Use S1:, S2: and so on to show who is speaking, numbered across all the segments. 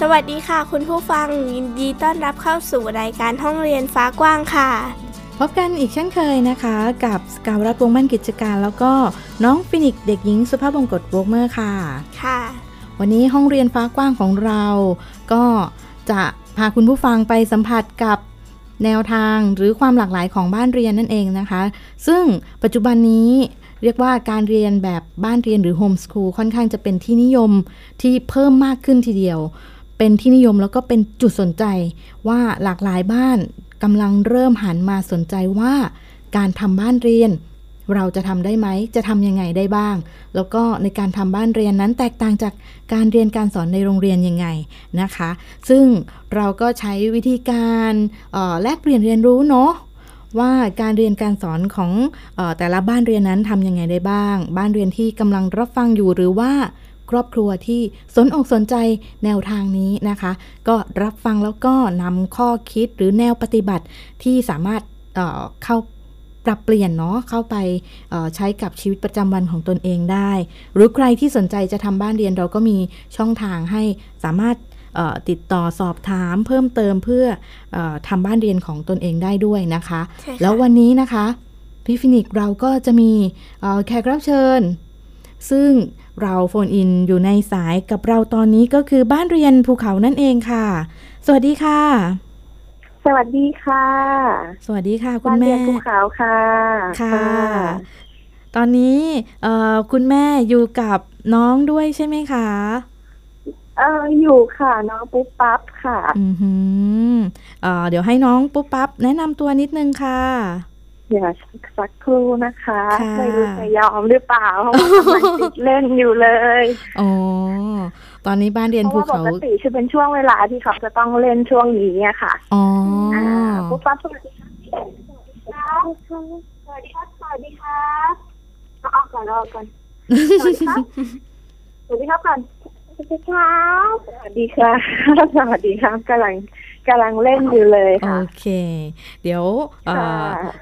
S1: สวัสดีค่ะ คุณผู้ฟังยินดีต้อนรับเข้าสู่รายการห้องเรียนฟ้ากว้างค่ะ
S2: พบกันอีกเช่นเคยนะคะ กับสกาวรัฐวงศ์มั่นกิจการ แล้วก็น้องฟินิกซ์เด็กหญิงสุภาพบงกตโวกเมอร์ค่ะ
S1: ค่ะ
S2: วันนี้ห้องเรียนฟ้ากว้างของเรา ก็จะพาคุณผู้ฟังไปสัมผัสกับแนวทางหรือความหลากหลายของบ้านเรียนนั่นเองนะคะ ซึ่งปัจจุบันนี้เรียกว่าการเรียนแบบบ้านเรียนหรือโฮมส o ูลค่อนข้างจะเป็นที่นิยมที่เพิ่มมากขึ้นทีเดียว เป็นที่นิยมแล้วก็เป็นจุดสนใจว่าหลากหลายบ้านกำลังเริ่มหันมาสนใจว่าการทำบ้านเรียน เราจะทำได้ไหม จะทำยังไงได้บ้าง แล้วก็ในการทำบ้านเรียนนั้นแตกต่างจากการเรียนการสอนในโรงเรียนยังไงนะคะ ซึ่งเราก็ใช้วิธีการเอ่อแลกเปลี่ยนเรียนรู้เนาะ ว่าการเรียนการสอนของเออแต่ละบ้านเรียนนั้นทำยังไงได้บ้าง บ้านเรียนที่กำลังรับฟังอยู่หรือว่าครอบครัวที่สนอกสนใจแนวทางนี้นะคะ ก็รับฟังแล้วก็นำข้อคิดหรือแนวปฏิบัติที่สามารถเอ่อเข้าปรับเปลี่ยนเนาะเข้าไปเอ่อใช้กับชีวิตประจำวันของตนเองได้ หรือใครที่สนใจจะทำบ้านเรียนเราก็มีช่องทางให้สามารถเอ่อติดต่อสอบถามเพิ่มเติมเพื่อเออทำบ้านเรียนของตนเองได้ด้วยนะคะ
S1: ใช่ค่ะ
S2: แล้ววันนี้นะคะ พี่ฟินิกซ์เราก็จะมีเอ่อแขกรับเชิญ ซึ่งเราโฟนอินอยู่ในสายกับเราตอนนี้ก็คือบ้านเรียนภูเขานั่นเองค่ะ สวัสดีค่ะ
S3: สวัสดีค่ะ
S2: สวัสดีค่ะคุ
S3: บ้า
S2: ณ
S3: น
S2: แม่
S3: เรียนภูเขาค่ะ
S2: ค่ะ ตอนนี้เอ่อคุณแม่อยู่กับน้องด้วยใช่ไหมคะ
S3: เอออยู่ค่ะน้องปุ๊บปั๊บค่ะ
S2: อือหือเอ่อเดี๋ยวให้น้องปุ๊บปั๊บแนะนำตัวนิดนึงค่ะ
S3: เดี๋ยวสักครู่นะคะ
S2: ค่ะ
S3: ไม่รู้จะยอมหรือเปล่าเพราะว่ากำลังติดเล่นอยู่เลย
S2: อ๋อตอนนี้บ้านเรียน
S3: เพ
S2: ภู
S3: ราะว่า
S2: เขา
S3: ปกติจะเป็นช่วงเวลาที่เขาจะต้องเล่นช่วงนี้อะค่ะ
S2: อ๋ออ
S3: าปุ๊บปั๊บสวัสดีครับสวัสดีครับสวัสดีครับเอาออกก่อนเอาออกก่อนสวัสดีครับสวัสดีครับก่อนสวัสดีครับสวัสดีครับสวัสดีครับกำลังกำลังเล่นอยู่เลย
S2: โอ
S3: ค่ะ
S2: เค เดี๋ยวเอ่อ
S3: ค่ะ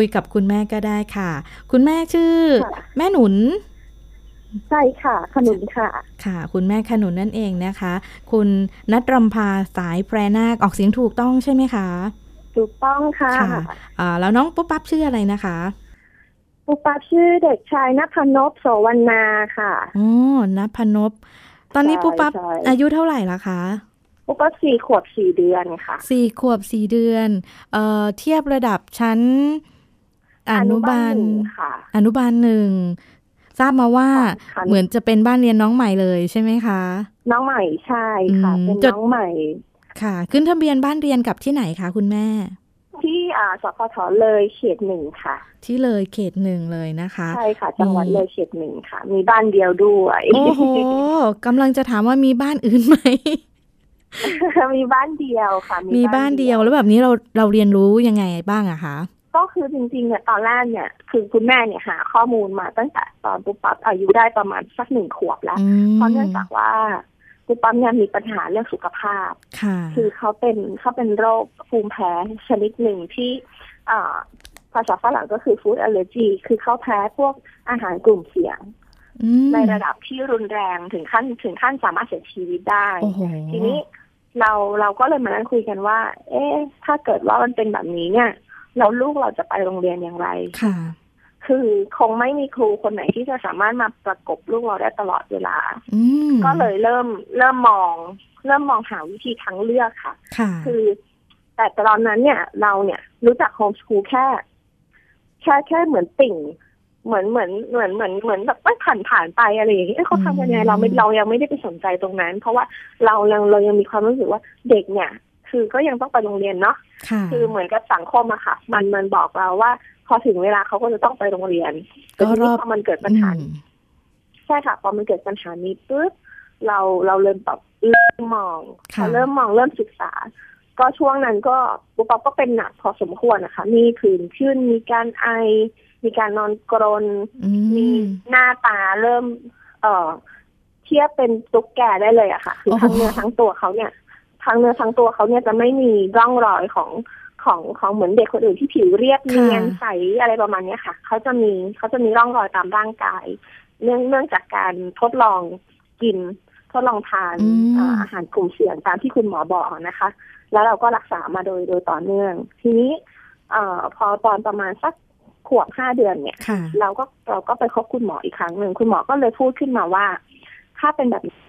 S2: คุยกับคุณแม่ก็ได้ค่ะ คุณแม่ชื่อ
S3: ค่ะ
S2: แม่หนุน
S3: ใช่ค่ะ ขนุนค่ะ
S2: ค่ะ คุณแม่ขนุนนั่นเองนะคะ คุณนัทรำพาสายแพรนาคออกเสียงถูกต้องใช่ไหมคะ
S3: ถูกต้องค่ะ
S2: เอ่อแล้วน้องปุ๊บปั๊บชื่ออะไรนะคะ
S3: ปุปปาชื่อเด็กชายนพนพโสวรรณาค่ะ
S2: อ๋อนัพนพตอนนี้
S3: ใช่
S2: ปุ๊บปั๊บ
S3: ใช่
S2: อายุเท่าไหร่ละคะ
S3: ปุปปาสี่ขวบสี่เดือนค่ะ
S2: สี่ขวบสี่เดือนเอ่อเทียบระดับชั้นอนุบาล
S3: อหนึ่งค่ะ
S2: อนุบาลหนึ่งทราบมาว่า
S3: ค่ะ
S2: เหมือนจะเป็นบ้านเรียนน้องใหม่เลยใช่ไหมคะ
S3: น้องใหม่ใช่ค่ะ
S2: อืม
S3: เป็น
S2: จด
S3: น้องใหม่
S2: ค่ะ ขึ้นทะเบียนบ้านเรียนกับที่ไหนคะคุณแม่
S3: ที่อ่าสพทเลยเขตหนึ่งค่ะ
S2: ที่เลยเขตหนึ่งเลยนะคะ
S3: ใช่ค่ะ จังหวัด
S2: มี
S3: เลยเขตหนึ่งค่ะ มีบ้านเดียวด้วย
S2: โอ้โหกำลังจะถามว่ามีบ้านอื่นไหม
S3: มีบ้านเดียวค่ะ
S2: มีบ้านเดียวแล้วแบบนี้เราเราเรียนรู้ยังไงบ้างอะคะ
S3: ก็คือจริงๆเนี่ยตอนแรกเนี่ย คือคุณแม่เนี่ยหาข้อมูลมาตั้งแต่ตอนปุปปับอายุได้ประมาณสักหนึ่งขวบแล้ว
S2: อืม
S3: เพราะเนื่องจากว่าคุณปั๊มเนี่ยมีปัญหาเรื่องสุขภาพ
S2: ค่ะ
S3: คือเขาเป็นเขาเป็นโรคภูมิแพ้ชนิดหนึ่งที่เอ่อภาษาฝรั่งก็คือ food allergy คือเขาแพ้พวกอาหารกลุ่มเสี่ยง
S2: อืม
S3: ในระดับที่รุนแรงถึงขั้นถึงขั้นสามารถเสียชีวิตได้
S2: โอ้โห
S3: ทีนี้เราเราก็เลยมานั่งคุยกันว่า เอ๊ะ ถ้าเกิดว่ามันเป็นแบบนี้เนี่ย เราลูกเราจะไปโรงเรียนอย่างไร
S2: ค่ะ
S3: คือคงไม่มีครูคนไหนที่จะสามารถมาประกบลูกเราได้ตลอดเวลา
S2: อืม
S3: ก็เลยเริ่มเริ่มมอง เริ่มมองหาวิธีทางเลือกค่ะ
S2: ค่ะ
S3: คือ แต่ตอนนั้นเนี่ย เราเนี่ยรู้จักโฮมสคูลแค่ แค่แค่เหมือนติ่ง เหมือนเหมือนเหมือนเหมือนเหมือนแบบว่าผ่านผ่านไปอะไรอย่างเงี้ยเอ้ยเขาทำยังไงเราไม่เรายังไม่ได้ไปสนใจตรงนั้น เพราะว่าเรายังเรายังมีความรู้สึกว่าเด็กเนี่ย คือก็ยังต้องไปโรงเรียนเนาะ
S2: ค่ะ
S3: คือเหมือนกับสังคมอะค่ะ มันมันบอกเราว่า พอถึงเวลาเขาก็จะต้องไปโรงเรียนแต่ทีนี้พอมันเกิดปัญหา
S2: อืม
S3: ใช่ค่ะพอมันเกิดปัญหานี้ปุ๊บเราเราเลยแบบ เริ่มมองพ
S2: ค่ะ
S3: อเริ่มมองเริ่มศึกษา ก็ช่วงนั้นก็ปุ๊บปั๊บก็เป็นหนักพอสมควรนะคะ มีผื่นขึ้นมีการไอ มีการนอนกรน
S2: อื
S3: มี
S2: ม
S3: หน้าตาเริ่ม เอ่อ เทียบเป็นตุ๊กแกได้เลยอะค่ะคือ
S2: โอ้โห
S3: ทั้งเนื้อทั้งตัวเขาเนี่ยทั้งเนื้อทั้งตัวเขาเนี่ยจะไม่มีร่องรอยของของของเหมือนเด็กคนอื่นที่ผิวเรียบเนียนใสอะไรประมาณเนี้ยค่ะเขาจะมีเขาจะมีร่องรอยตามร่างกาย เนื่องเนื่องจากการทดลองกิน ทดลองทาน
S2: อืม
S3: เอ่ออาหารกลุ่มเสี่ยงตามที่คุณหมอบอกนะคะ แล้วเราก็รักษามาโดยโดยต่อเนื่อง ทีนี้ เอ่อ พอตอนประมาณสักขวบห้าเดือนเนี่ย
S2: ค่ะ
S3: เราก็เราก็ไปพบคุณหมออีกครั้งหนึ่งคุณหมอก็เลยพูดขึ้นมาว่า ถ้าเป็นแบบนี้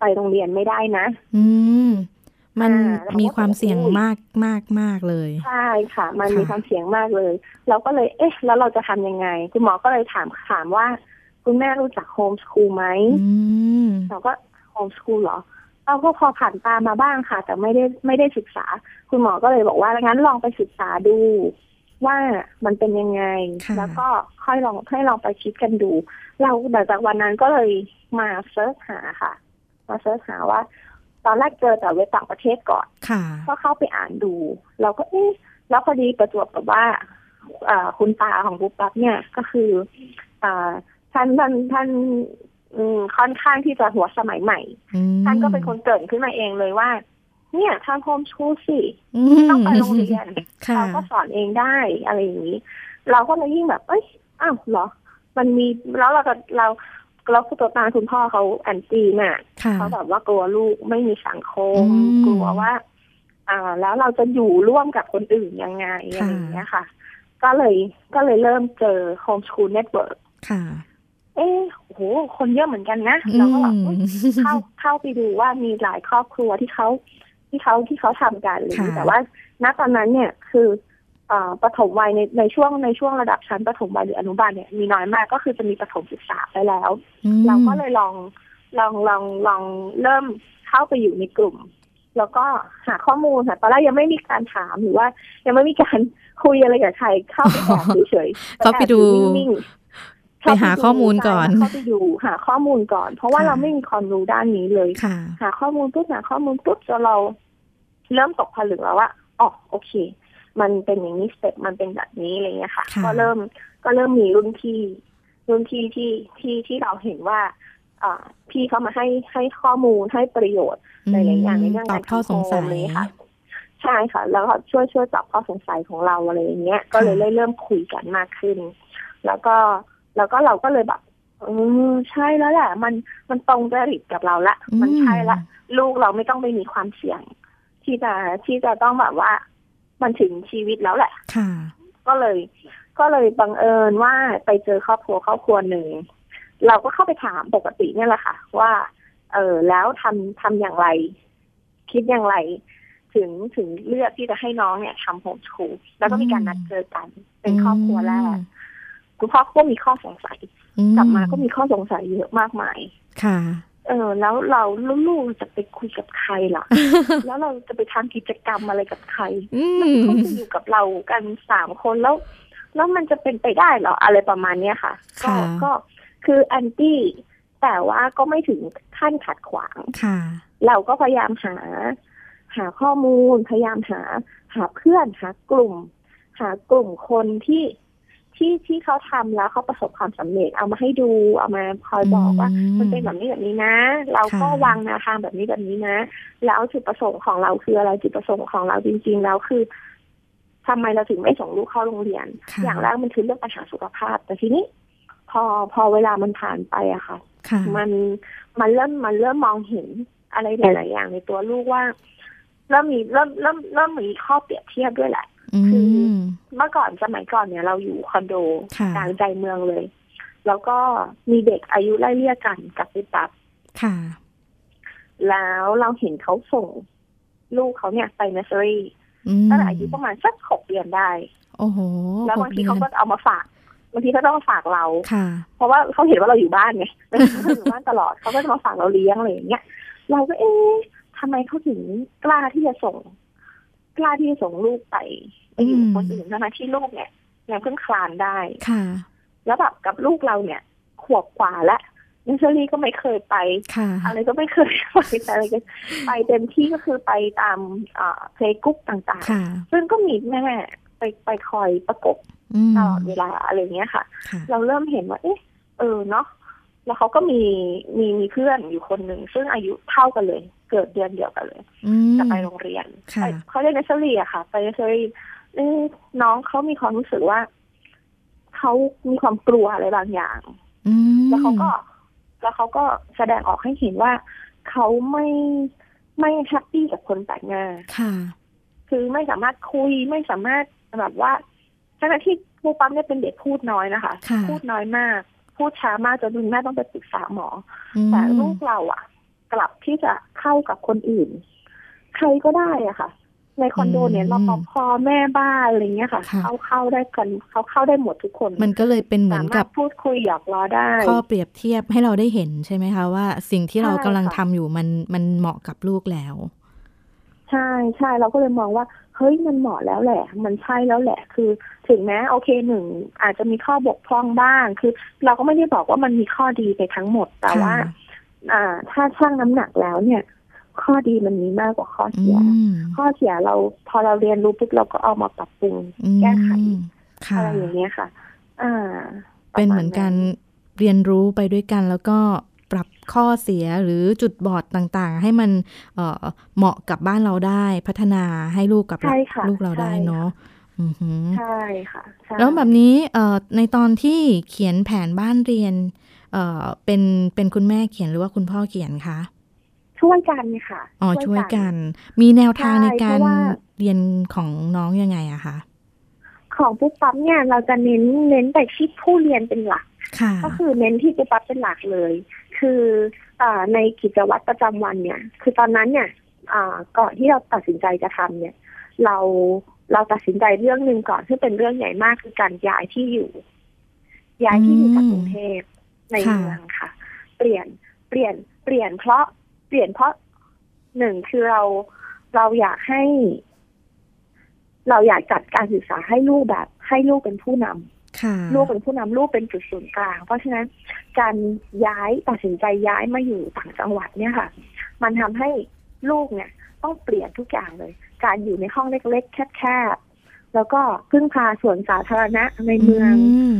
S3: ไปโรงเรียนไม่ได้นะ
S2: อืม มัน
S3: อ่าเราก็
S2: มีความเสี่ยงมากมากมากเลย
S3: ใช่ค่ะ มัน
S2: ค่ะ
S3: มีความเสี่ยงมากเลย เราก็เลยเอ๊ะ แล้วเราจะทำยังไง คุณหมอก็เลยถามถามว่า คุณแม่รู้จักโฮมสคูลไหม
S2: อืม
S3: เราก็โฮมสคูลเหรอเราก็พอผ่านตามาบ้างค่ะ แต่ไม่ได้ไม่ได้ศึกษา คุณหมอก็เลยบอกว่างั้นลองไปศึกษาดู ว่ามันเป็นยังไง
S2: ค่ะ
S3: แล้วก็ค่อยลองให้ลองไปคิดกันดู เราหลังจากวันนั้นก็เลยมาเสิร์ชหาค่ะ มาเสิร์ชหาว่า ตอนแรกเจอแต่เว็บต่างประเทศก่อน
S2: ค่ะ
S3: ก็เข้าไปอ่านดู เราก็เอ๊ะแล้วพอดีประจวบกับว่าเอ่อคุณตาของปุ๊บปั๊บเนี่ยก็คือเอ่อท่านท่านท่านอืมค่อนข้างที่จะหัวสมัยใหม่
S2: อืม
S3: ท่านก็เป็นคนเกริดขึ้นมาเองเลยว่า เนี่ยทำโฮมชูสิ
S2: ม
S3: ต้องไปโรงเรียน
S2: ค่ะ
S3: เราก็สอนเองได้อะไรอย่างนี้ เราก็เลยยิ่งแบบ เอ้ยอ้าวเหรอ มันมีแล้วเราจะเราเราคือตัวตาคุณพ่อเขาแอนตี้น่ะ
S2: ค่ะ
S3: เขาแบบว่ากลัวลูกไม่มีสังคม
S2: อืม
S3: กลัวว่า อ่า แล้วเราจะอยู่ร่วมกับคนอื่นยังไง
S2: ค่ะ
S3: อะไรอย่างเงี้ยค่ะ ก็เลยก็เลยเริ่มเจอ Homeschool Network
S2: ค่ะ
S3: เอ๊ะโอ้โห คนเยอะเหมือนกันนะ
S2: อื
S3: เรา
S2: ม
S3: ก็แบบเอ้ย เข้าเข้าไปดูว่ามีหลายครอบครัวที่เขาที่เขาที่เขาทำกันอะไรอย่างนี้
S2: ค่ะ
S3: แต่ว่าณตอนนั้นเนี่ยคือเอ่อปฐมวัยในในช่วงในช่วงระดับชั้นปฐมวัยหรืออนุบาลเนี่ยมีน้อยมากก็คือจะมีปฐมศึกษาไปแล้ว
S2: อืม
S3: เราก็เลยลองลองลองลองเริ่มเข้าไปอยู่ในกลุ่ม แล้วก็หาข้อมูลค่ะตอนแรกยังไม่มีการถามหรือว่า ยังไม่มีการคุยอะไรกับใครเข้าไปแอบเฉยๆ
S2: เข้าไปดู
S3: แอบนิ่งๆ
S2: ไปหาข้อมูลก่อน
S3: เข้าไปดูหาข้อมูลก่อน เพราะว่าเราไม่มีความรู้ด้านนี้เลย
S2: ค่ะ
S3: หาข้อมูลปุ๊บหาข้อมูลปุ๊บจนเราเริ่มตกผลึกแล้วว่าอ๋อโอเค มันเป็นอย่างนี้สเต็ปมันเป็นแบบนี้อะไรเงี้ยค่ะ
S2: ค่ะ
S3: ก็เริ่มก็เริ่มมีรุ่นพี่รุ่นพี่ที่ที่ที่เราเห็นว่าอ่าพี่เขามาให้ให้ข้อมูลให้ประโยชน์หลายๆอย่างในเรื่อ
S2: ตอก
S3: งา
S2: บ
S3: ร
S2: ข้อสงสัย
S3: ทำโฮมเลยค่ะ ใช่ค่ะ แล้วก็ช่วยช่วยตอบข้อสงสัยของเราอะไรอย่างเงี้ย ก็เลย
S2: ค่ะ
S3: ได้เริ่มคุยกันมากขึ้น แล้วก็แล้วก็เราก็เลยแบบเออใช่แล้วแหละ มันมันตรงจริตกับเราละ มันใช่ละ ลูกเราไม่ต้องไปมีความเสี่ยง ที่จะที่จะต้องแบบว่า มันถึงชีวิตแล้วแหละ
S2: ค่ะ
S3: ก็เลย ก็เลยบังเอิญว่าไปเจอครอบครัวครอบครัวหนึ่งเราก็เข้าไปถามปกติเนี่ยแหละค่ะ ว่า เออแล้วทำทำอย่างไร คิดอย่างไร ถึงถึงเลือกที่จะให้น้องเนี่ยทำโฮมสคูลแล้วก็มีการนัดเจอกัน เป็นครอบครัวแรกคุณพ่อก็มีข้อสงสัย
S2: อื
S3: กลับมาก็มีข้อสงสัยเยอะมากมาย
S2: ค่ะ
S3: เออแล้วเราลูกๆจะไปคุยกับใครล่ะ แล้วเราจะไปทำกิจกรรมอะไรกับใคร
S2: อืม
S3: เขาจะอยู่กับเรากันสามคนแล้ว แล้วมันจะเป็นไปได้เหรออะไรประมาณเนี้ยค่ะ ก็
S2: ค่ะ
S3: ก็คือแอนตี้แต่ว่าก็ไม่ถึงขั้นขัดขวาง
S2: ค่ะ
S3: เราก็พยายามหา หาข้อมูล พยายามหา หาเพื่อนหากลุ่ม หากลุ่มคนที่ที่ที่เขาทำแล้วเขาประสบความสำเร็จเอามาให้ดูเอามาคอยบอกว่า
S2: อืม
S3: มันเป็นแบบนี้แบบนี้นะ เราก็
S2: ค่ะ
S3: วางแนวทางแบบนี้แบบนี้นะ แล้วจุดประสงค์ของเราคืออะไรจุดประสงค์ของเราจริง ๆ แล้วคือทำไมเราถึงไม่ส่งลูกเข้าโรงเรียน
S2: ค่ะ
S3: อย่างแรกมันคือเรื่องปัญหาสุขภาพ แต่ทีนี้ พอพอเวลามันผ่านไปอะค่ะ
S2: ค่ะ
S3: มันมันเริ่มมันเริ่มมองเห็นอะไรหลาย ๆ อย่างในตัวลูกว่า เริ่มมีเริ่มเริ่มเริ่มมีข้อเปรียบเทียบด้วยแหละ
S2: อื
S3: คือ
S2: ม
S3: เมื่อก่อนสมัยก่อนเนี่ยเราอยู่คอนโด
S2: ค่ะ
S3: กลางใจเมืองเลย แล้วก็มีเด็กอายุไล่เลี่ยกันกับไปปับ
S2: ค่ะ
S3: แล้วเราเห็นเขาส่ง ลูกเขาเนี่ยไปเนสเซอรี่
S2: อืม
S3: ตั้งแต่อายุประมาณสักหกเดือนได้
S2: โอ้โห
S3: แล้วบางที
S2: ห
S3: เขา
S2: ดือน
S3: ก็เอามาฝากบางทีเขาต้องมาฝากเรา
S2: ค่ะ
S3: เพราะว่าเขาเห็นว่าเราอยู่บ้านไง เราอยู่บ้านตลอดเขาก็จะมาฝากเราเลี้ยงอะไรอย่างเงี้ยเราก็เอ๊ะทำไมเขาถึงกล้าที่จะส่ง กล้าที่จะส่งลูกไปไปอยู่กับคนอื่นทั้งๆที่ลูกเนี่ยยังเพิ่งคลานได้
S2: ค่ะ
S3: แล้วแบบกับลูกเราเนี่ย ขวบกว่าและ เนสเซอรี่ก็ไม่เคยไป
S2: ค่ะ
S3: อะไรก็ไม่เคยไปแต่อะไรก็ไปเต็มที่ก็คือไปตามเพลงกุ๊กต่าง
S2: ค่ะ
S3: ๆ ซึ่งก็มีแม่ไปไปคอยประกบ
S2: อืม
S3: ตลอดเวลาอะไรอย่างเงี้ยค่ะ
S2: ค่ะ
S3: เราเริ่มเห็นว่า เอ๊ะ เออเนาะ แล้วเขาก็มีมีมีเพื่อนอยู่คนหนึ่ง ซึ่งอายุเท่ากันเลย เกิดเดือนเดียวกันเลย
S2: อืม
S3: จะไปโรงเรียน
S2: ค่ะ
S3: ไปเขาเรียนเนสเซอรี่อะค่ะ ไปเนสเซอรี่เอ๊ะน้องเขามีความรู้สึกว่า เขามีความกลัวอะไรบางอย่าง
S2: อืม
S3: แล้วเขาก็ แล้วเขาก็แสดงออกให้เห็นว่าเขาไม่ไม่แฮปปี้กับคนแปลกหน้า
S2: ค่ะ
S3: คือไม่สามารถคุยไม่สามารถแบบว่าทั้งๆที่ผู้ปั๊มเนี่ยเป็นเด็กพูดน้อยนะคะ
S2: ค่ะ
S3: พูดน้อยมาก พูดช้ามากจนคุณแม่ต้องไปปรึกษาหมอ
S2: อืม
S3: อแต่ลูกเราอะกลับที่จะเข้ากับคนอื่น ใครก็ได้อะค่ะ ในคอนโดเนี่ยรปภแม่บ้านอะไรเงี้ยค่ะ เขาเข้าได้กันเขาเข้าได้หมดทุกคน
S2: มันก็เลยเป็นเหมื
S3: สา
S2: อน
S3: มา
S2: กั
S3: ร
S2: บ
S3: ถพูดคุยหยอกล้อได้
S2: ข้อเปรียบเทียบให้เราได้เห็นใช่ไหมคะว่า สิ่งที่เรา
S3: ใช่
S2: กำลัง
S3: ค่ะ
S2: ทำอยู่มันมันเหมาะกับลูกแล้ว
S3: ใช่ใช่เราก็เลยมองว่าเฮ้ยมันเหมาะแล้วแหละ มันใช่แล้วแหละ คือ ถึงแม้โอเคหนึ่งอาจจะมีข้อบกพร่องบ้าง คือ เราก็ไม่ได้บอกว่ามันมีข้อดีไปทั้งหมด แต่ว่า
S2: ค่ะ
S3: อ่า ถ้าชั่งน้ำหนักแล้วเนี่ย ข้อดีมันมีมากกว่าข้อ
S2: อื
S3: เสีย
S2: ม
S3: ข้อเสียเราพอเราเรียนรู้ปุ๊บเราก็เอามาปรับปรุง
S2: อืม
S3: แก้ไข
S2: ค่ะ
S3: อะไรอย่างเงี้ยค่ะ อ่าระาณ
S2: เป็นเหมือนการเรียนรู้ไปด้วยกัน แล้วก็ปรับข้อเสียหรือจุดบอดต่างๆ ให้มันเอ่อเหมาะกับบ้านเราได้ พัฒนาให้ลูกกับ
S3: ใช่ค่ะ
S2: ลูกเราได้เนาะอือหือ
S3: ใช่ค่ะใช่
S2: แล้วแบบนี้เอ่อในตอนที่เขียนแผนบ้านเรียนเอ่อเป็นเป็นคุณแม่เขียนหรือว่าคุณพ่อเขียนคะ
S3: ช่วยกันค่ะ
S2: อ๋อช่วยกัน มีแนวทางในการ
S3: ใช่เพราะว่า
S2: เรียนของน้องยังไงอะคะ
S3: ของปุ๊บปั๊บเนี่ยเราจะเน้นเน้นไปที่ผู้เรียนเป็นหลัก
S2: ค่ะ
S3: ก็คือเน้นที่ปุ๊บปั๊บเป็นหลักเลย คืออาในกิจวัตรประจำวันเนี่ย คือตอนนั้นเนี่ยอ่าก่อนที่เราตัดสินใจจะทำเนี่ย เราเราตัดสินใจเรื่องหนึ่งก่อนซึ่งเป็นเรื่องใหญ่มากคือการย้ายที่อยู่ ย้ายที่อยู่จากกรุงเทพใน
S2: ค่ะ
S3: เมืองค่ะ เปลี่ยนเปลี่ยนเปลี่ยนเพราะเปลี่ยนเพราะหนึ่งคือเราเราอยากให้ เราอยากจัดการศึกษาให้ลูกแบบ ให้ลูกเป็นผู้นำ
S2: ค่ะ
S3: ลูกเป็นผู้นำลูกเป็นจุดศูนย์กลาง เพราะฉะนั้นการย้ายตัดสินใจย้ายมาอยู่ต่างจังหวัดเนี่ยค่ะ มันทำให้ลูกเนี่ย ต้องเปลี่ยนทุกอย่างเลย การอยู่ในห้องเล็กๆ แคบๆ แล้วก็พึ่งพาสวนสาธารณะในเมือง
S2: ม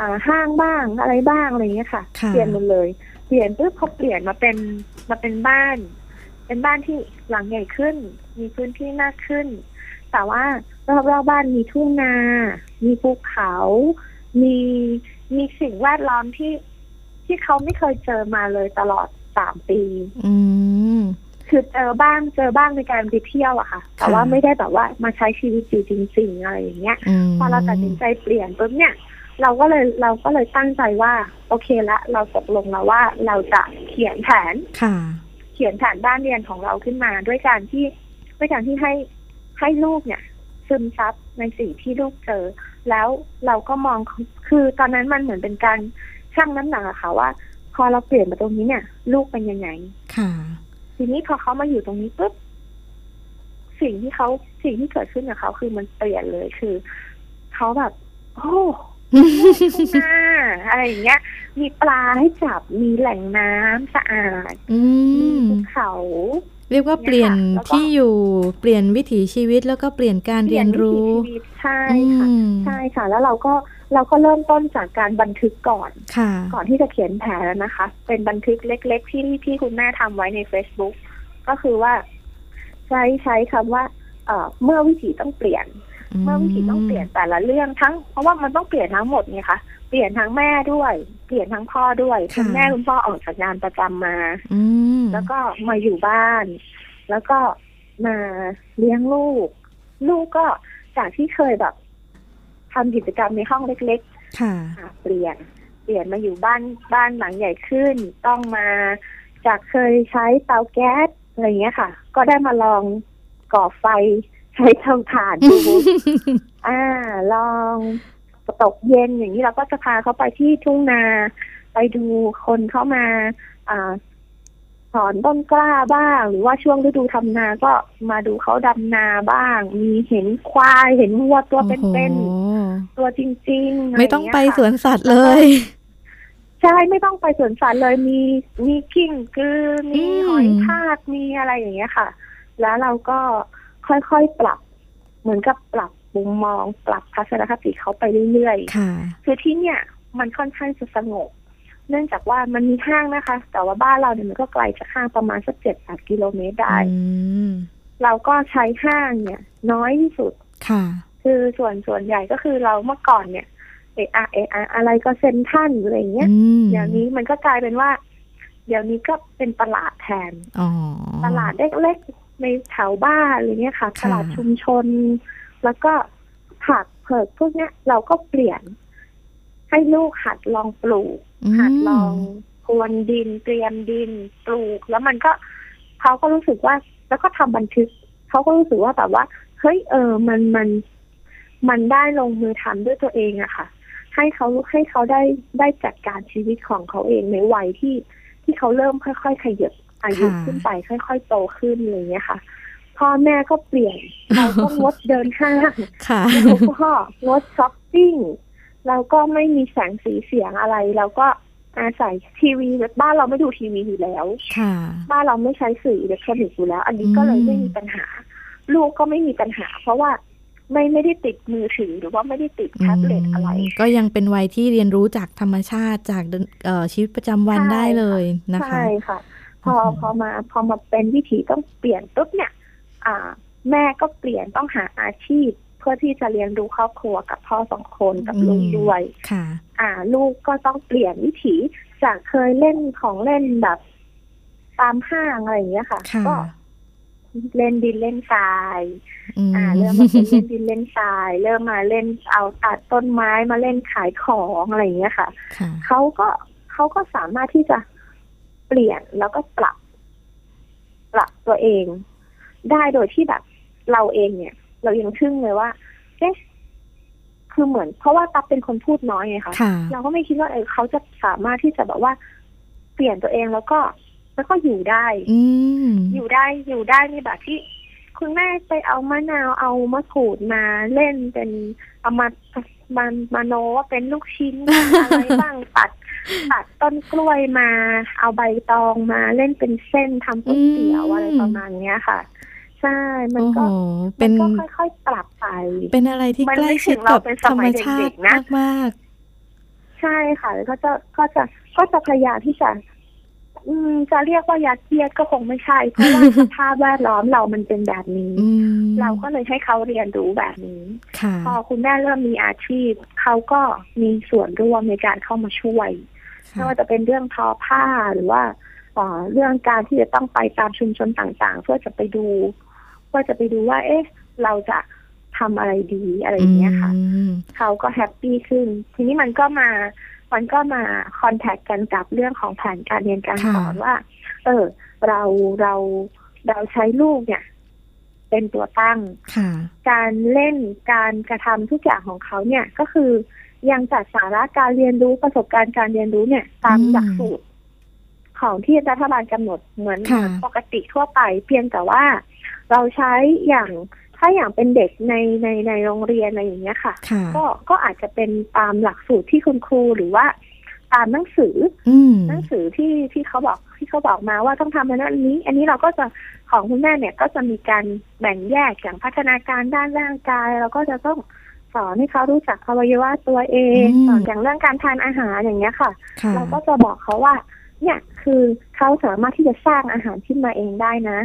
S3: อ่าห้างบ้างอะไรบ้างอะไรอย่างเงี้ยค่ะ
S2: ค่ะ
S3: เปลี่ยนหมดเลย เปลี่ยนปุ๊บเขาเปลี่ยนมาเป็นมาเป็นบ้าน เป็นบ้านที่หลังใหญ่ขึ้น มีพื้นที่มากขึ้น แต่ว่ารอบๆบ้านมีทุ่งนา มีภูเขา มีมีสิ่งแวดล้อมที่ที่เขาไม่เคยเจอมาเลยตลอดสามปี
S2: อืม
S3: คือเจอบ้างเจอบ้างในการไปเที่ยวอะค่ะ แต่ว่า
S2: ค่ะ
S3: ไม่ได้แบบว่ามาใช้ชีวิตอยู่จริงๆอะไรอย่างเงี้ย
S2: อืม
S3: พอเราตัดสินใจเปลี่ยนปุ๊บเนี่ย เราก็เลยเราก็เลยตั้งใจว่า โอเคละ เราตกลงแล้วว่าเราจะเขียนแผน
S2: ค่ะ
S3: เขียนแผนบ้านเรียนของเราขึ้นมา ด้วยการที่ด้วยการที่ให้ให้ลูกเนี่ย ซึมซับในสิ่งที่ลูกเจอ แล้วเราก็มองคือตอนนั้นมันเหมือนเป็นการชั่งน้ำหนักอะค่ะว่า พอเราเปลี่ยนมาตรงนี้เนี่ย ลูกเป็นยังไง
S2: ค่ะ
S3: ทีนี้พอเขามาอยู่ตรงนี้ปุ๊บสิ่งที่เขาสิ่งที่เกิดขึ้นกับเขาคือมันเปลี่ยนเลยคือเขาแบบโอ้ทุ่งนาอะไรอย่างเงี้ย มีปลาให้จับมีแหล่งน้ำสะอาด
S2: อื
S3: มี
S2: ม
S3: ภูเขา
S2: เรียกว่าเปลี่ยน
S3: เนี่ยค่ะแล้วก็
S2: ที่อยู่เปลี่ยนวิถีชีวิตแล้วก็เปลี่ยนการเรียนรู้
S3: เปลี่ยนวิถีชีวิตใช่ค่ะ
S2: อืม
S3: ใช่ค่ะ แล้วเราก็เราก็เริ่มต้นจากการบันทึกก่อน
S2: ค่ะ
S3: ก่อนที่จะเขียนแผนนะคะ เป็นบันทึกเล็ก ๆ ที่ที่คุณแม่ทำไว้ใน Facebook ก็คือว่า ใช้ใช้คำว่าเอ่อเมื่อวิถีต้องเปลี่ยน เมื่อวิถีต้องเปลี่ยนแต่ละเรื่องทั้ง เพราะว่ามันต้องเปลี่ยนทั้งหมดไงคะเปลี่ยนทั้งแม่ด้วย เปลี่ยนทั้งพ่อด้วย
S2: ค่ะ
S3: คุณแม่คุณพ่อออกจากงานประจำมา
S2: อืม
S3: แล้วก็มาอยู่บ้าน แล้วก็มาเลี้ยงลูก ลูกก็จากที่เคยแบบทำกิจกรรมในห้องเล็ก ๆ
S2: ค่ะ
S3: อ่ะเปลี่ยน เปลี่ยนมาอยู่บ้านบ้านหลังใหญ่ขึ้น ต้องมาจากเคยใช้เตาแก๊สอะไรอย่างเงี้ยค่ะ ก็ได้มาลองก่อไฟใช้เตาถ่านดู อ่า ลองตกเย็นอย่างนี้เราก็จะพาเขาไปที่ทุ่งนา ไปดูคนเข้ามาอ่าถอนต้นกล้าบ้าง หรือว่าช่วงฤดูทำนาก็มาดูเขาดำนาบ้าง มีเห็นควายเห็นวัวตัว
S2: โอ้โห
S3: เป็นๆตัวจริงๆะรย่าเย
S2: ไม่ต้องไป
S3: ค่ะ
S2: สวนสัตว์เลย
S3: ใ ใช่ไม่ต้องไปสวนสัตว์เลยมีมีกิ้งกือมี
S2: อืม
S3: หอยทากมีอะไรอย่างเงี้ยค่ะ แล้วเราก็ค่อยๆปรับ เหมือนกับปรับมุมมอง ปรับทัศนคติเขาไปเรื่อยๆ
S2: ค่ะ
S3: คือที่เนี่ยมันค่อนข้างจะสงบ เนื่องจากว่ามันมีห้างนะคะ แต่ว่าบ้านเราเนี่ยมันก็ไกลจากห้างประมาณสักเจ็ดแปดกิโลเมตรได้
S2: อืม
S3: เราก็ใช้ห้างเนี่ย น้อยที่สุด
S2: ค่ะ
S3: คือส่วนส่วนใหญ่ก็คือเราเมื่อก่อนเนี่ยเออเอออะไรก็เซ็นทรัลอะไรอย่างเงี้ย
S2: อืม
S3: เดี๋ยวนี้มันก็กลายเป็นว่า เดี๋ยวนี้ก็เป็นตลาดแทน
S2: อ๋อ
S3: ตลาดเล็กๆในแถวบ้านอะไรเงี้ยค่ะ
S2: ค่ะ
S3: ตลาดชุมชน แล้วก็ผักเผือกพวกเนี้ย เราก็เปลี่ยน ให้ลูกหัดลองปลูก
S2: ม
S3: หัดลองพรวนดินเตรียมดินปลูก แล้วมันก็เขาก็รู้สึกว่า แล้วก็ทำบันทึกเขาก็รู้สึกว่าแบบว่าเฮ้ยเออมันมัน มันได้ลงมือทำด้วยตัวเองอะค่ะ ให้เขาให้เขาได้ได้จัดการชีวิตของเขาเองในวัยที่ที่เขาเริ่มค่อยๆขยับอายุขึ้นไปค่อย ๆ โตขึ้นอะไรอย่างเงี้ยค่ะพ่อแม่ก็เปลี่ยนเราก็งดเดินห้าง
S2: ค่ะ
S3: แล้วก็ งดช้อปปิ้งเราก็ไม่มีแสงสีเสียงอะไร เราก็อาศัยทีวีบ้านเราไม่ดูทีวีอยู่แล้ว
S2: ค่ะ
S3: บ้านเราไม่ใช้สื่ออิเล็กทรอนิกส์อยู่แล้ว อันนี้ก็เลย
S2: อืม
S3: ไม่มีปัญหา ลูกก็ไม่มีปัญหา เพราะว่าไม่ไม่ได้ติดมือถือหรือว่าไม่ได้ติดแท็บเล็ตอะไร
S2: มก็ยังเป็นวัยที่เรียนรู้จากธรรมชาติจากเดินเอ่อชีวิตประจำวัน
S3: ใช่
S2: ได้เลยนะคะ
S3: ใช่ค่ะ พอ
S2: อืม
S3: พอมาพอมาเป็นวิถีต้องเปลี่ยนปุ๊บเนี่ย อ่า แม่ก็เปลี่ยนต้องหาอาชีพ เพื่อที่จะเรียนรู้ครอบครัวกับพ่อสองคนกับลูกด้วย
S2: ค่ะ
S3: อ่า ลูกก็ต้องเปลี่ยนวิถีจากเคยเล่นของเล่นแบบ ตามห้างอะไรอย่างเงี้ยค่ะ
S2: ค่ะ
S3: ก็เล่นดินเล่นทราย
S2: ม
S3: อ่า เริ่มมาเป็นเล่นดินเล่นทรายเริ่มมาเล่นเอาตัดต้นไม้มาเล่นขายของอะไรอย่างเงี้ยค่ะ
S2: ค่ะ
S3: เขาก็เขาก็สามารถที่จะเปลี่ยนแล้วก็ปรับ ปรับตัวเอง ได้โดยที่แบบ เราเองเนี่ย เรายังทึ่งเลยว่าเอ๊ะคือเหมือน เพราะว่าตับเป็นคนพูดน้อยไงคะ
S2: ค่ะ
S3: เราก็ไม่คิดว่าเออเขาจะสามารถที่จะแบบว่า เปลี่ยนตัวเองแล้วก็ แล้วก็อยู่ได้
S2: อืม
S3: อยู่ได้อยู่ได้ในแบบที่ คุณแม่ไปเอามะนาวเอามะกรูดมาเล่นเป็นเอามามันมาโนว่าเป็นลูกชิ้นบ้างอะไร บ้างตัดตัดต้นกล้วยมา เอาใบตองมาเล่นเป็นเส้นทำก๋วยเตี๋ยว
S2: อืม
S3: อะไรประมาณเนี้ยค่ะ ใช่มัน
S2: โอ้โห
S3: ก็
S2: เป็น
S3: มัก็ค่อยๆปรับไป
S2: เป็นอะไรที่
S3: มัน
S2: ใกล้
S3: ไม่ถึ
S2: ชิด
S3: งเรา
S2: กับ
S3: เป็น
S2: ธ
S3: ส
S2: รร
S3: มั
S2: ม
S3: ย
S2: ชา
S3: เด็
S2: ติ
S3: กๆนะ
S2: มาก
S3: ใช่ค่ะแล้วก็จะก็จะก็จะพยายามที่จะ อืม จะเรียกว่ายัดเยียดก็คงไม่ใช่ เพราะว่า สภาพแวดล้อมเรามันเป็นแบบนี้
S2: ๆ อืม
S3: เราก็เลยให้เขาเรียนรู้แบบนี้
S2: ค่ะ
S3: พอคุณแม่เริ่มมีอาชีพ เขาก็มีส่วนร่วมในการเข้ามาช่วยไม่
S2: ค่ะ
S3: ว่าจะเป็นเรื่องทอผ้าหรือว่าเอ่อเรื่องการที่จะต้องไปตามชุมชนต่างๆ เพื่อจะไปดูเพื่อจะไปดูว่า เอ๊ะ เราจะทำอะไรดีอะไรอย่างเงี้ยค่ะ
S2: อืม
S3: เขาก็แฮปปี้ขึ้น ทีนี้มันก็มา มันก็มาคอนแทคกันกับเรื่องของแผนการเรียนการสอน
S2: ค่ะ
S3: ว่า เออ เราเราเราใช้ลูกเนี่ย เป็นตัวตั้ง
S2: ค่ะ
S3: การเล่นการกระทำทุกอย่างของเขาเนี่ย ก็คือยังจัดสาระการเรียนรู้ประสบการณ์การเรียนรู้เนี่ย ตาม
S2: อืม
S3: หลักสูตรของที่รัฐบาลกำหนดเหมือน
S2: ค่ะ
S3: ปกติทั่วไป เพียงแต่ว่า เราใช้อย่างถ้าอย่างเป็นเด็กในในในโรงเรียนอะไรอย่างเงี้ยค่ะ
S2: ค่ะ
S3: ก็ก็อาจจะเป็นตามหลักสูตรที่คุณครูหรือว่า ตามหนังสือ
S2: อืม
S3: หนังสือที่ที่เขาบอกที่เขาบอกมาว่าต้องทำอันนั้นอันนี้ อันนี้เราก็จะของคุณแม่เนี่ยก็จะมีการแบ่งแยกอย่างพัฒนาการด้านร่างกายเราก็จะต้องสอนให้เขารู้จักอวัยวะตัวเอง
S2: อืม
S3: สอนอย่างเรื่องการทานอาหารอย่างเงี้ยค่ะ
S2: ค่ะ
S3: เราก็จะบอกเขาว่า เนี่ยคือเขาสามารถที่จะสร้างอาหารขึ้นมาเองได้นะ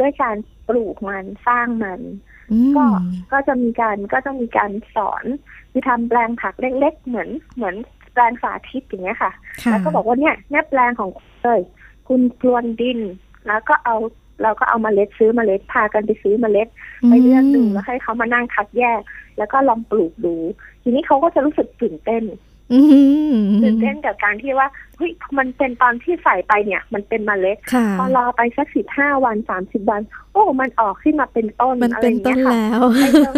S3: ด้วยการปลูกมันสร้างมัน
S2: อืม
S3: ก็ก็จะมีการก็จะมีการสอนคือทำแปลงผักเล็ก ๆ เหมือนเหมือนแปลงสาธิตอย่างเงี้ยค่ะ
S2: ค่ะ
S3: แล้วก็บอกว่าเนี่ยแนบแปลงของคุณเลยคุณพรวนดิน แล้วก็เอาเราก็เอาเมาเล็ดซื้อเมาเล็ดพากันไปซื้อเมาเล็ดไปเลือกดูแล้วให้เขามานั่งคัดแยก แล้วก็ลองปลูกดู ทีนี้เขาก็จะรู้สึกตื่นเต้น
S2: อืม
S3: ตื่นเต้นกับการที่ว่าเฮ้ยมันเป็นตอนที่ใส่ไปเนี่ย มันเป็นเมล็ด
S2: ค่ะ
S3: พอรอไปสักสิบห้าวันสามสิบวัน โอ้มันออกขึ้นมาเป็นต้น
S2: มัน
S3: อะไร
S2: เป็น
S3: อย่าง
S2: ต้น
S3: เงี้ยค่ะ
S2: แล้ว
S3: ไม่ต้อง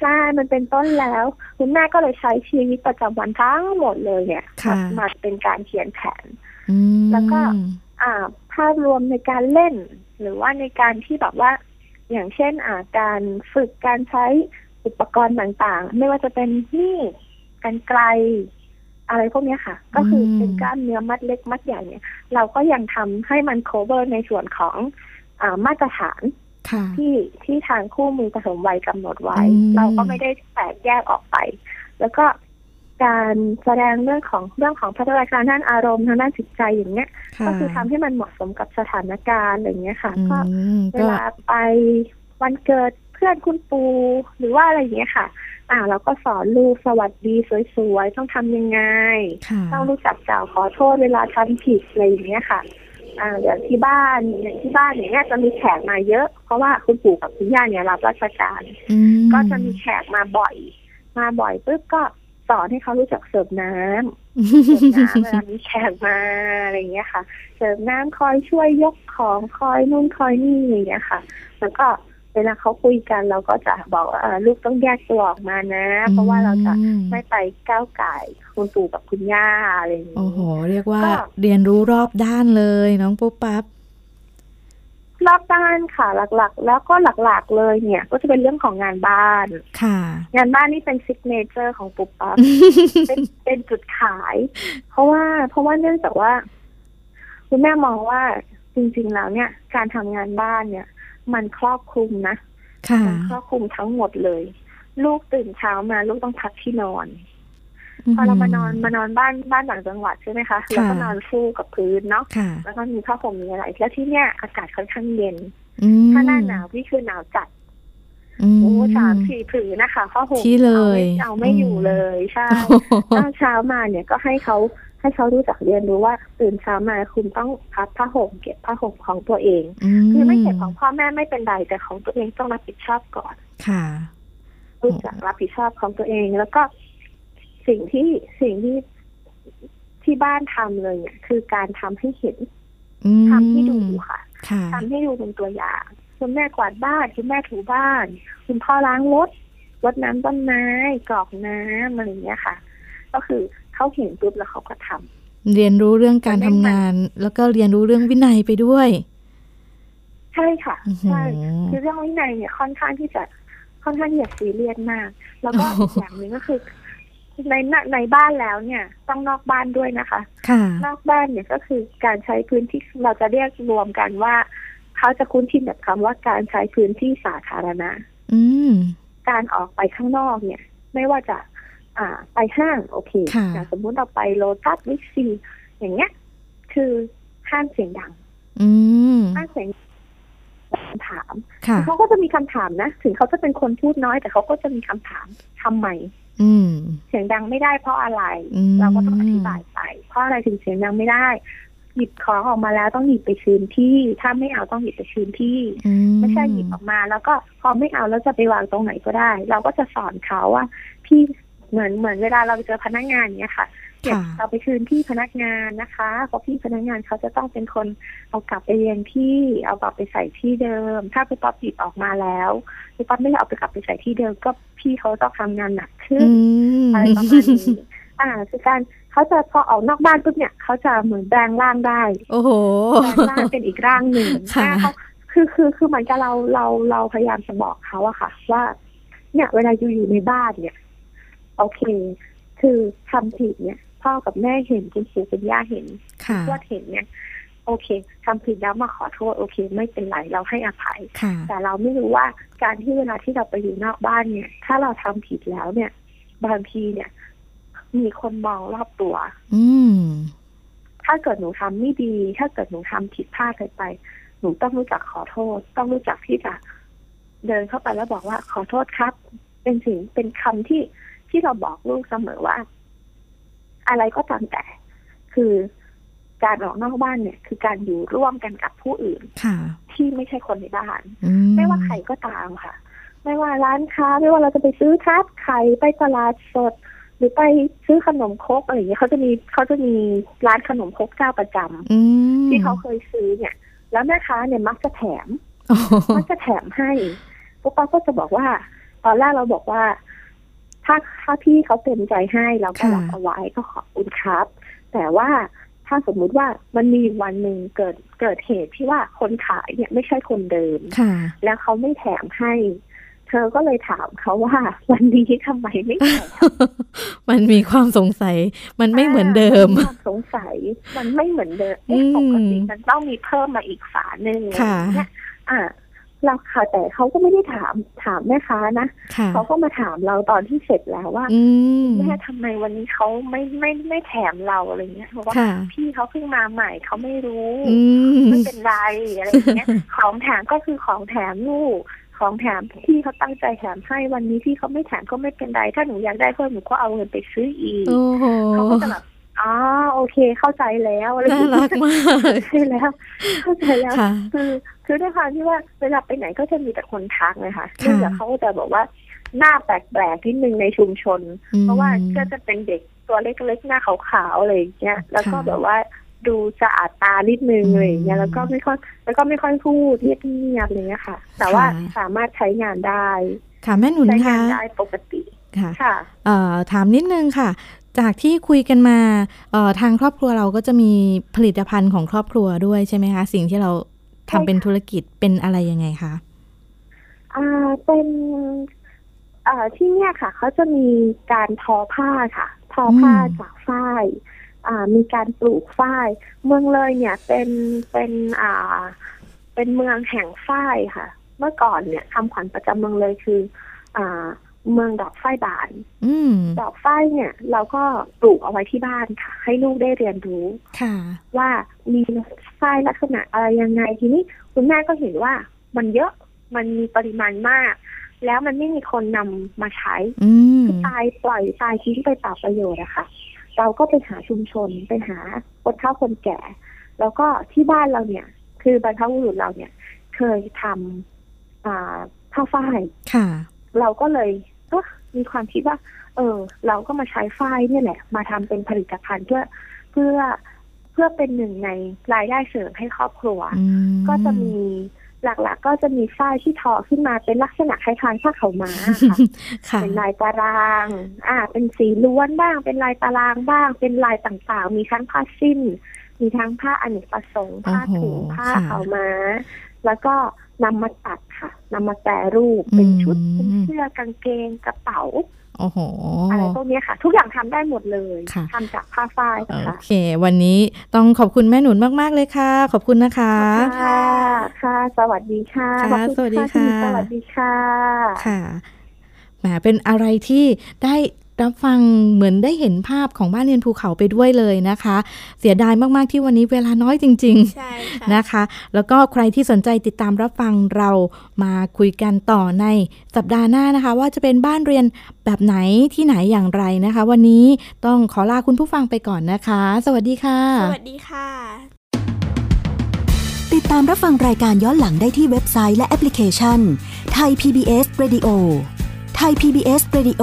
S3: ใช่ มันเป็นต้นแล้ว คุณแม่ก็เลยใช้ชีวิตประจำวันทั้งหมดเลยเนี่ย
S2: ค่ะ
S3: มามาเป็นการเขียนแผน
S2: อืม
S3: แล้วก็ อ่า ภาพรวมในการเล่น หรือว่าในการที่แบบว่า อย่างเช่นอ่าการฝึกการใช้อุปกรณ์ต่างๆ ไม่ว่าจะเป็นมีดกันไกล อะไรพวกเนี้ยค่ะ ก็คืออ
S2: ม
S3: เป็นกล้ามเนื้อมัดเล็กมัดใหญ่เนี่ย เราก็ยังทำให้มัน cover ในส่วนของอามาตรฐาน
S2: ค่ะ
S3: ที่ที่ทางคู่มือผสมวัยกำหนดไว้
S2: อืม
S3: เราก็ไม่ได้แตกแยกออกไป แล้วก็การแสดงเรื่องของเรื่องของพัฒนาการด้านอารมณ์ทางด้านจิตใจอย่างเงี้ย
S2: ค่ะ
S3: ก็คือทำให้มันเหมาะสมกับสถานการณ์อะไรอย่างเงี้ยค่ะ
S2: อื
S3: ก็
S2: ม
S3: เว
S2: ก็
S3: ลาไปวันเกิดเพื่อนคุณปูหรือว่าอะไรอย่างเงี้ยค่ะ อ่าเราก็สอนลูกสวัสดีสวยๆ ต้องทำยังไง
S2: ค่ะ
S3: ต้องรู้จักกล่าวขอโทษเวลาทำผิดอะไรอย่างเงี้ยค่ะ อ่าอย่างที่บ้านอย่างที่บ้านอย่างเงี้ยจะมีแขกมาเยอะ เพราะว่าคุณปู่กับคุณย่าเนี่ยรับราชการ
S2: อืม
S3: ก็จะมีแขกมาบ่อย มาบ่อยปุ๊บก็สอนให้เขารู้จักเสิร์ฟน้ำ เสิร์ฟน้ำเวลามีแขกมาอะไรอย่างเงี้ยค่ะ เสิร์ฟน้ำคอยช่วยยกของคอยนู่นคอยนี่อย่างเงี้ยค่ะ แล้วก็เวลาเขาคุยกันเราก็จะบอกว่าเอ่อลูกต้องแยกตัวออกมานะ เพราะว่าเราจะ
S2: อืม
S3: ไม่ไปก้าวไก่ายคุณปู่กับคุณย่าอะไรอย่าง
S2: โอ้
S3: เงี้
S2: โห
S3: ย
S2: เรียกว่า
S3: ก็
S2: เรียนรู้รอบด้านเลยน้องปุ๊บปั๊บ
S3: รอบด้านค่ะหลักๆ แล้วก็หลักๆเลยเนี่ย ก็จะเป็นเรื่องของงานบ้าน
S2: ค่ะ
S3: งานบ้านนี่เป็นซิกเนเจอร์ของปุ๊บ ปั๊บ เป็นเป็นจุดขาย เพราะว่าเพราะว่าเนื่องจากว่า คุณแม่มองว่าจริงๆแล้วเนี่ย การทำงานบ้านเนี่ย มันครอบคลุมนะ
S2: ค่ะ
S3: มัครอบคลุมทั้งหมดเลย ลูกตื่นเช้ามาลูกต้องพักที่นอนพอเรามานอนมานอนบ้านบ้านต่างจังหวัดใช่ไหมคะแล้วก็นอนคู่กับพื้นเนาะ
S2: ค่ะ
S3: แล้วก็มีผ้าห่มมีอะไร แล้วที่เนี่ยอากาศค่อนข้างเย็น
S2: อืม
S3: ถ้าหน้าหนาวนี่คือหนาวจัด
S2: ม
S3: โอ้สามสี่ผืนนะคะผ้าห่ม
S2: ที่เลย
S3: เอาไม่เอาไม่อยู่เลยใช่ ตอนเช้ามาเนี่ยก็ให้เขาให้เขารู้จักเรียนรู้ว่าตื่นเช้ามาคุณต้องพับผ้าห่มเก็บผ้าห่มของตัวเอง
S2: ม
S3: คือไม่เก็บของพ่อแม่ไม่เป็นไรแต่ของตัวเองต้องรับผิดชอบก่อน
S2: ค่ะ
S3: รู้จักรับผิดชอบของตัวเอง แล้วก็สิ่งที่สิ่งที่ที่บ้านทำเลยเนี่ยคือการทำให้เห็น
S2: อืม
S3: ทำให้ดูค่ะ
S2: ค่ะ
S3: ทำให้ดูเป็นตัวอย่างคุณแม่กวาดบ้านคุณแม่ถูบ้าน คุณพ่อล้างรถรดน้ำต้นไม้กรอกน้ำอะไรอย่างเงี้ยค่ะ ก็คือเขาเห็นปุ๊บแล้วเขาก็ทำ
S2: เรียนรู้เรื่องการ
S3: มัน
S2: ทำ
S3: ได้มัน
S2: งาน แล้วก็เรียนรู้เรื่องวินัยไปด้วย
S3: ใช่ค่ะ
S2: อื้อหือ
S3: ใช่คือเรื่องวินัยเนี่ยค่อนข้างที่จะค่อนข้างที่จะซีเรียสมาก แล้วก็
S2: โอ้
S3: อีก
S2: โห
S3: อย่างหนึ่งก็คือในหน้าในบ้านแล้วเนี่ย ต้องนอกบ้านด้วยนะคะ
S2: ค่ะ
S3: นอกบ้านเนี่ยก็คือการใช้พื้นที่เราจะเรียกรวมกันว่าเขาจะคุ้นชินกับคำว่าการใช้พื้นที่สาธารณะ
S2: อืม
S3: การออกไปข้างนอกเนี่ย ไม่ว่าจะ อ่า ไปห้างโอเค
S2: ค่ะ
S3: อย่างสมมุติเราไปโลตัสวิกซีอย่างเงี้ย คือห้ามเสียงดัง
S2: อืม
S3: ห้ามเสียงถาม
S2: ค่ะ
S3: เขาก็จะมีคำถามนะ ถึงเขาจะเป็นคนพูดน้อย แต่เขาก็จะมีคำถามทำไม
S2: อืม
S3: เสียงดังไม่ได้เพราะอะไร
S2: อืม
S3: เราก็ต้องอธิบายไป เพราะอะไรถึงเสียงดังไม่ได้ หยิบของออกมาแล้วต้องหยิบไปคืนที่ ถ้าไม่เอาต้องหยิบไปคืนที่
S2: อื
S3: ไม่ใช่หยิบออกมา แล้วก็พอไม่เอาแล้วจะไปวางตรงไหนก็ได้ เราก็จะสอนเขาว่า พี่เหมือนเหมือนเวลาเราไปเจอพนักงานเนี้ยค่ะเนี่ย
S2: ค่ะ
S3: เราไปคืนที่พนักงานนะคะเพราะพี่พนักงานเขาจะต้องเป็นคนเอากลับไปเรียนที่ เอากลับไปใส่ที่เดิม ถ้าไปป๊อปหยิบออกมาแล้วไปป๊อปไม่ได้เอาไปกลับไปใส่ที่เดิม ก็พี่เขาต้องทำงานหนักขึ้
S2: อื
S3: น
S2: ม
S3: อะไรประมาณนี้อ่าคือการเขาจะพอออกนอกบ้านปุ๊บเนี่ยเขาจะเหมือนแปลงร่างได้
S2: โอ้โห
S3: ร่างร่างเป็นอีกร่างหนึ่ง
S2: ค่ะ
S3: หน้าเขาคือคือคือเหมือนกับเราเราเราพยายามจะบอกเขาอะค่ะ ว่า เนี่ย เวลาอยู่อยู่ในบ้านเนี่ย โอเค คือทำผิดเนี่ย พ่อกับแม่เห็นคุณปู่คุณย่าเห็น
S2: ค่ะ
S3: ทวดเห็นเนี่ย โอเคทำผิดแล้วมาขอโทษโอเค ไม่เป็นไรเราให้อภัย
S2: ค่ะ
S3: แต่เราไม่รู้ว่าการที่เวลาที่เราไปอยู่นอกบ้านเนี่ย ถ้าเราทำผิดแล้วเนี่ย บางทีเนี่ย มีคนมองรอบตัว
S2: อืม
S3: ถ้าเกิดหนูทำไม่ดี ถ้าเกิดหนูทำผิดพลาดเกินไป หนูต้องรู้จักขอโทษ ต้องรู้จักที่จะเดินเข้าไปแล้วบอกว่าขอโทษครับ เป็นสิ่งเป็นคำที่ที่เราบอกลูกเสมอว่า อะไรก็ตามแต่ คือการออกนอกบ้านเนี่ย คือการอยู่ร่วมกันกับผู้อื่น
S2: ค่ะ
S3: ที่ไม่ใช่คนในบ้าน
S2: อื
S3: ไม่ว่าใครก็ตามค่ะ ไม่ว่าร้านค้า ไม่ว่าเราจะไปซื้อทาสไข่ไปตลาดสด หรือไปซื้อขนมครกอะไรอย่างเงี้ยเขาจะมีเขาจะมีร้านขนมครกเจ้าประจำ
S2: อืม
S3: ที่เขาเคยซื้อเนี่ย แล้วแม่ค้าเนี่ยมักจะแถม
S2: โอ้โห
S3: มักจะแถมให้ปุ๊บปั๊บก็จะบอกว่า ตอนแรกเราบอกว่า ถ้าถ้าพี่เขาเต็มใจให้เราก็รับเอาไว้ก็ขอบคุณครับ แต่ว่าถ้าสมมุติว่ามันมีวันหนึ่งเกิดเกิดเหตุที่ว่าคนขายเนี่ยไม่ใช่คนเดิม
S2: ค่ะ
S3: แล้วเขาไม่แถมให้ เธ อก็เลยถามเขาว่า วันนี้ทำไมไม่ใส่
S2: มันมีความสงสัย มันไม่เหมือนเดิม
S3: ความสงสัย มันไม่เหมือนเดิมเอ๊ะ
S2: อืม
S3: ปกติมันต้องมีเพิ่มมาอีกฝาหนึ่ง
S2: ค่ะ
S3: เนี่ยอ่ะเราค่ะแต่เขาก็ไม่ได้ถามถามแม่ค้านะ
S2: ค่ะ
S3: เขาก็มาถามเราตอนที่เสร็จแล้วว่า
S2: อืม
S3: แม่ทำไมวันนี้เขาไม่ไม่ไม่แถมเราอะไรเงี้ยเพราะว่า
S2: ค่ะ
S3: พี่เขาเพิ่งมาใหม่เขาไม่รู้
S2: อืม
S3: ไม่เป็นไรอะไรอย่างเงี้ย ของแถมก็คือของแถมลูก ของแถมที่เขาตั้งใจแถมให้วันนี้ที่เขาไม่แถมก็ไม่เป็นไร ถ้าหนูอยากได้เพิ่มหนูก็เอาเงินไปซื้ออีก
S2: โอ้โห
S3: เขาก็จะแบบอ๋อโอเค เข้าใจแล้วอะไรอย่า
S2: น่าง รั
S3: เงี้
S2: ก
S3: ย
S2: มาก
S3: เข้าใจแล้ว เข้าใจแล้ว
S2: ค่ะ
S3: คือคือด้วยความที่ว่าเวลาไปไหนก็จะมีแต่คนทักนะคะ
S2: ค่ะ
S3: เนื่องจากเขาก็จะบอกว่าหน้าแปลกๆที่หนึ่งในชุมชน
S2: อืม
S3: เพราะว่าก็จะเป็นเด็กตัวเล็กๆหน้าขาวๆอะไรอย่างเงี้ย แล้วก็
S2: ค่ะ
S3: แบบว่าดูสะอาดตานิดนึง
S2: อืม
S3: อะไรอย่างเงี้ย แล้วก็ไม่ค่อยแล้วก็ไม่ค่อยพูดเรียบเงียบอะไรเงี้ยค่ะ แต่ว่า
S2: ค่ะ
S3: สามารถใช้งานได้
S2: ค่ะ แม่หนุน
S3: ใช้งา
S2: คะ
S3: นได้ปกติ
S2: ค่ะ
S3: ค่ะ
S2: เอ่อถามนิดนึงค่ะ จากที่คุยกันมาเอ่อทางครอบครัวเราก็จะมีผลิตภัณฑ์ของครอบครัวด้วยใช่ไหมคะ สิ่งที่เราทำเป็นธุรกิจเป็นอะไรยังไงคะ
S3: อ่าเป็นอ่าที่เนี่ยค่ะเขาจะมีการทอผ้าค่ะ ทอผ้า
S2: อืม
S3: จากฝ้ายอ่ามีการปลูกฝ้าย เมืองเลยเนี่ยเป็นเป็นอ่า เป็นเมืองแห่งฝ้ายค่ะ เมื่อก่อนเนี่ยคำขวัญประจำเมืองเลยคือ อ่า เมืองดอกฝ้ายบาน
S2: อืม
S3: ดอกฝ้ายเนี่ย เราก็ปลูกเอาไว้ที่บ้านค่ะ ให้ลูกได้เรียนรู้
S2: ค่ะ
S3: ว่ามีไส้ลักษณะอะไรยังไงทีนี้คุณแม่ก็เห็นว่ามันเยอะมันมีปริมาณมาก แล้วมันไม่มีคนนำมาใช้
S2: อืม
S3: ทรายปล่อยทรายทิ้งไปเปล่าประโยชน์อะค่ะเราก็ไปหาชุมชนไปหาคนเฒ่าคนแก่ แล้วก็ที่บ้านเราเนี่ย คือบรรพบุรุษเราเนี่ย เคยทำอ่าผ้าฝ้าย
S2: ค่ะ
S3: เราก็เลยเอ๊ะมีความคิดว่า เออ เราก็มาใช้ฝ้ายเนี่ยแหละ มาทำเป็นผลิตภัณฑ์เพื่อเพื่อเพื่อเป็นหนึ่งในรายได้เสริมให้ครอบครัว
S2: อืม
S3: ก็จะมีหลักๆ ก็จะมีฝ้ายที่ทอขึ้นมาเป็นลักษณะคล้ายๆผ้าขาวม้าค่ะ
S2: ค่ะ
S3: เป็นลายตาราง อ่า เป็นสีล้วนบ้าง เป็นลายตารางบ้าง เป็นลายต่างๆ มีทั้งผ้าสิ้น มีทั้งผ้าอเนกประสงค์ ผ้าถุง
S2: โอ้โห
S3: ผ้า
S2: ค่ะ
S3: ขาวม้า แล้วก็นำมาตัดค่ะ นำมาแปรรูป เป็นชุด
S2: อื
S3: เป็น
S2: ม
S3: เสื้อกางเกง กระเป๋า
S2: โอ้โห
S3: อะไรพวกเนี้ยค่ะ ทุกอย่างทำได้หมดเลย
S2: ค่ะ
S3: ทำจากผ้าฝ้ายนะ
S2: โอ
S3: ค่ะ
S2: เค วันนี้ต้องขอบคุณแม่หนุนมาก ๆ เลยค่ะ ขอบคุณนะคะ
S3: ค่ะ ค่ะ สวัสดีค่ะ
S2: ค่ะ
S3: ขอบณ
S2: สวัสดี
S3: ณหญิง
S2: ค่ะ
S3: สวัสดีค่ะ
S2: ค่ะแหมเป็นอะไรที่ได้รับฟังเหมือนได้เห็นภาพของบ้านเรียนภูเขาไปด้วยเลยนะคะ เสียดายมากๆที่วันนี้เวลาน้อยจริง ๆ
S1: ใช่ค่ะ
S2: นะคะ แล้วก็ใครที่สนใจติดตามรับฟังเรามาคุยกันต่อในสัปดาห์หน้านะคะ ว่าจะเป็นบ้านเรียนแบบไหนที่ไหนอย่างไรนะคะ วันนี้ต้องขอลาคุณผู้ฟังไปก่อนนะคะ สวัสดีค่ะ
S1: สวัสดีค่ะ
S4: ติดตามรับฟังรายการย้อนหลังได้ที่เว็บไซต์และแอปพลิเคชันไทย PBS Radio ไทย PBS Radio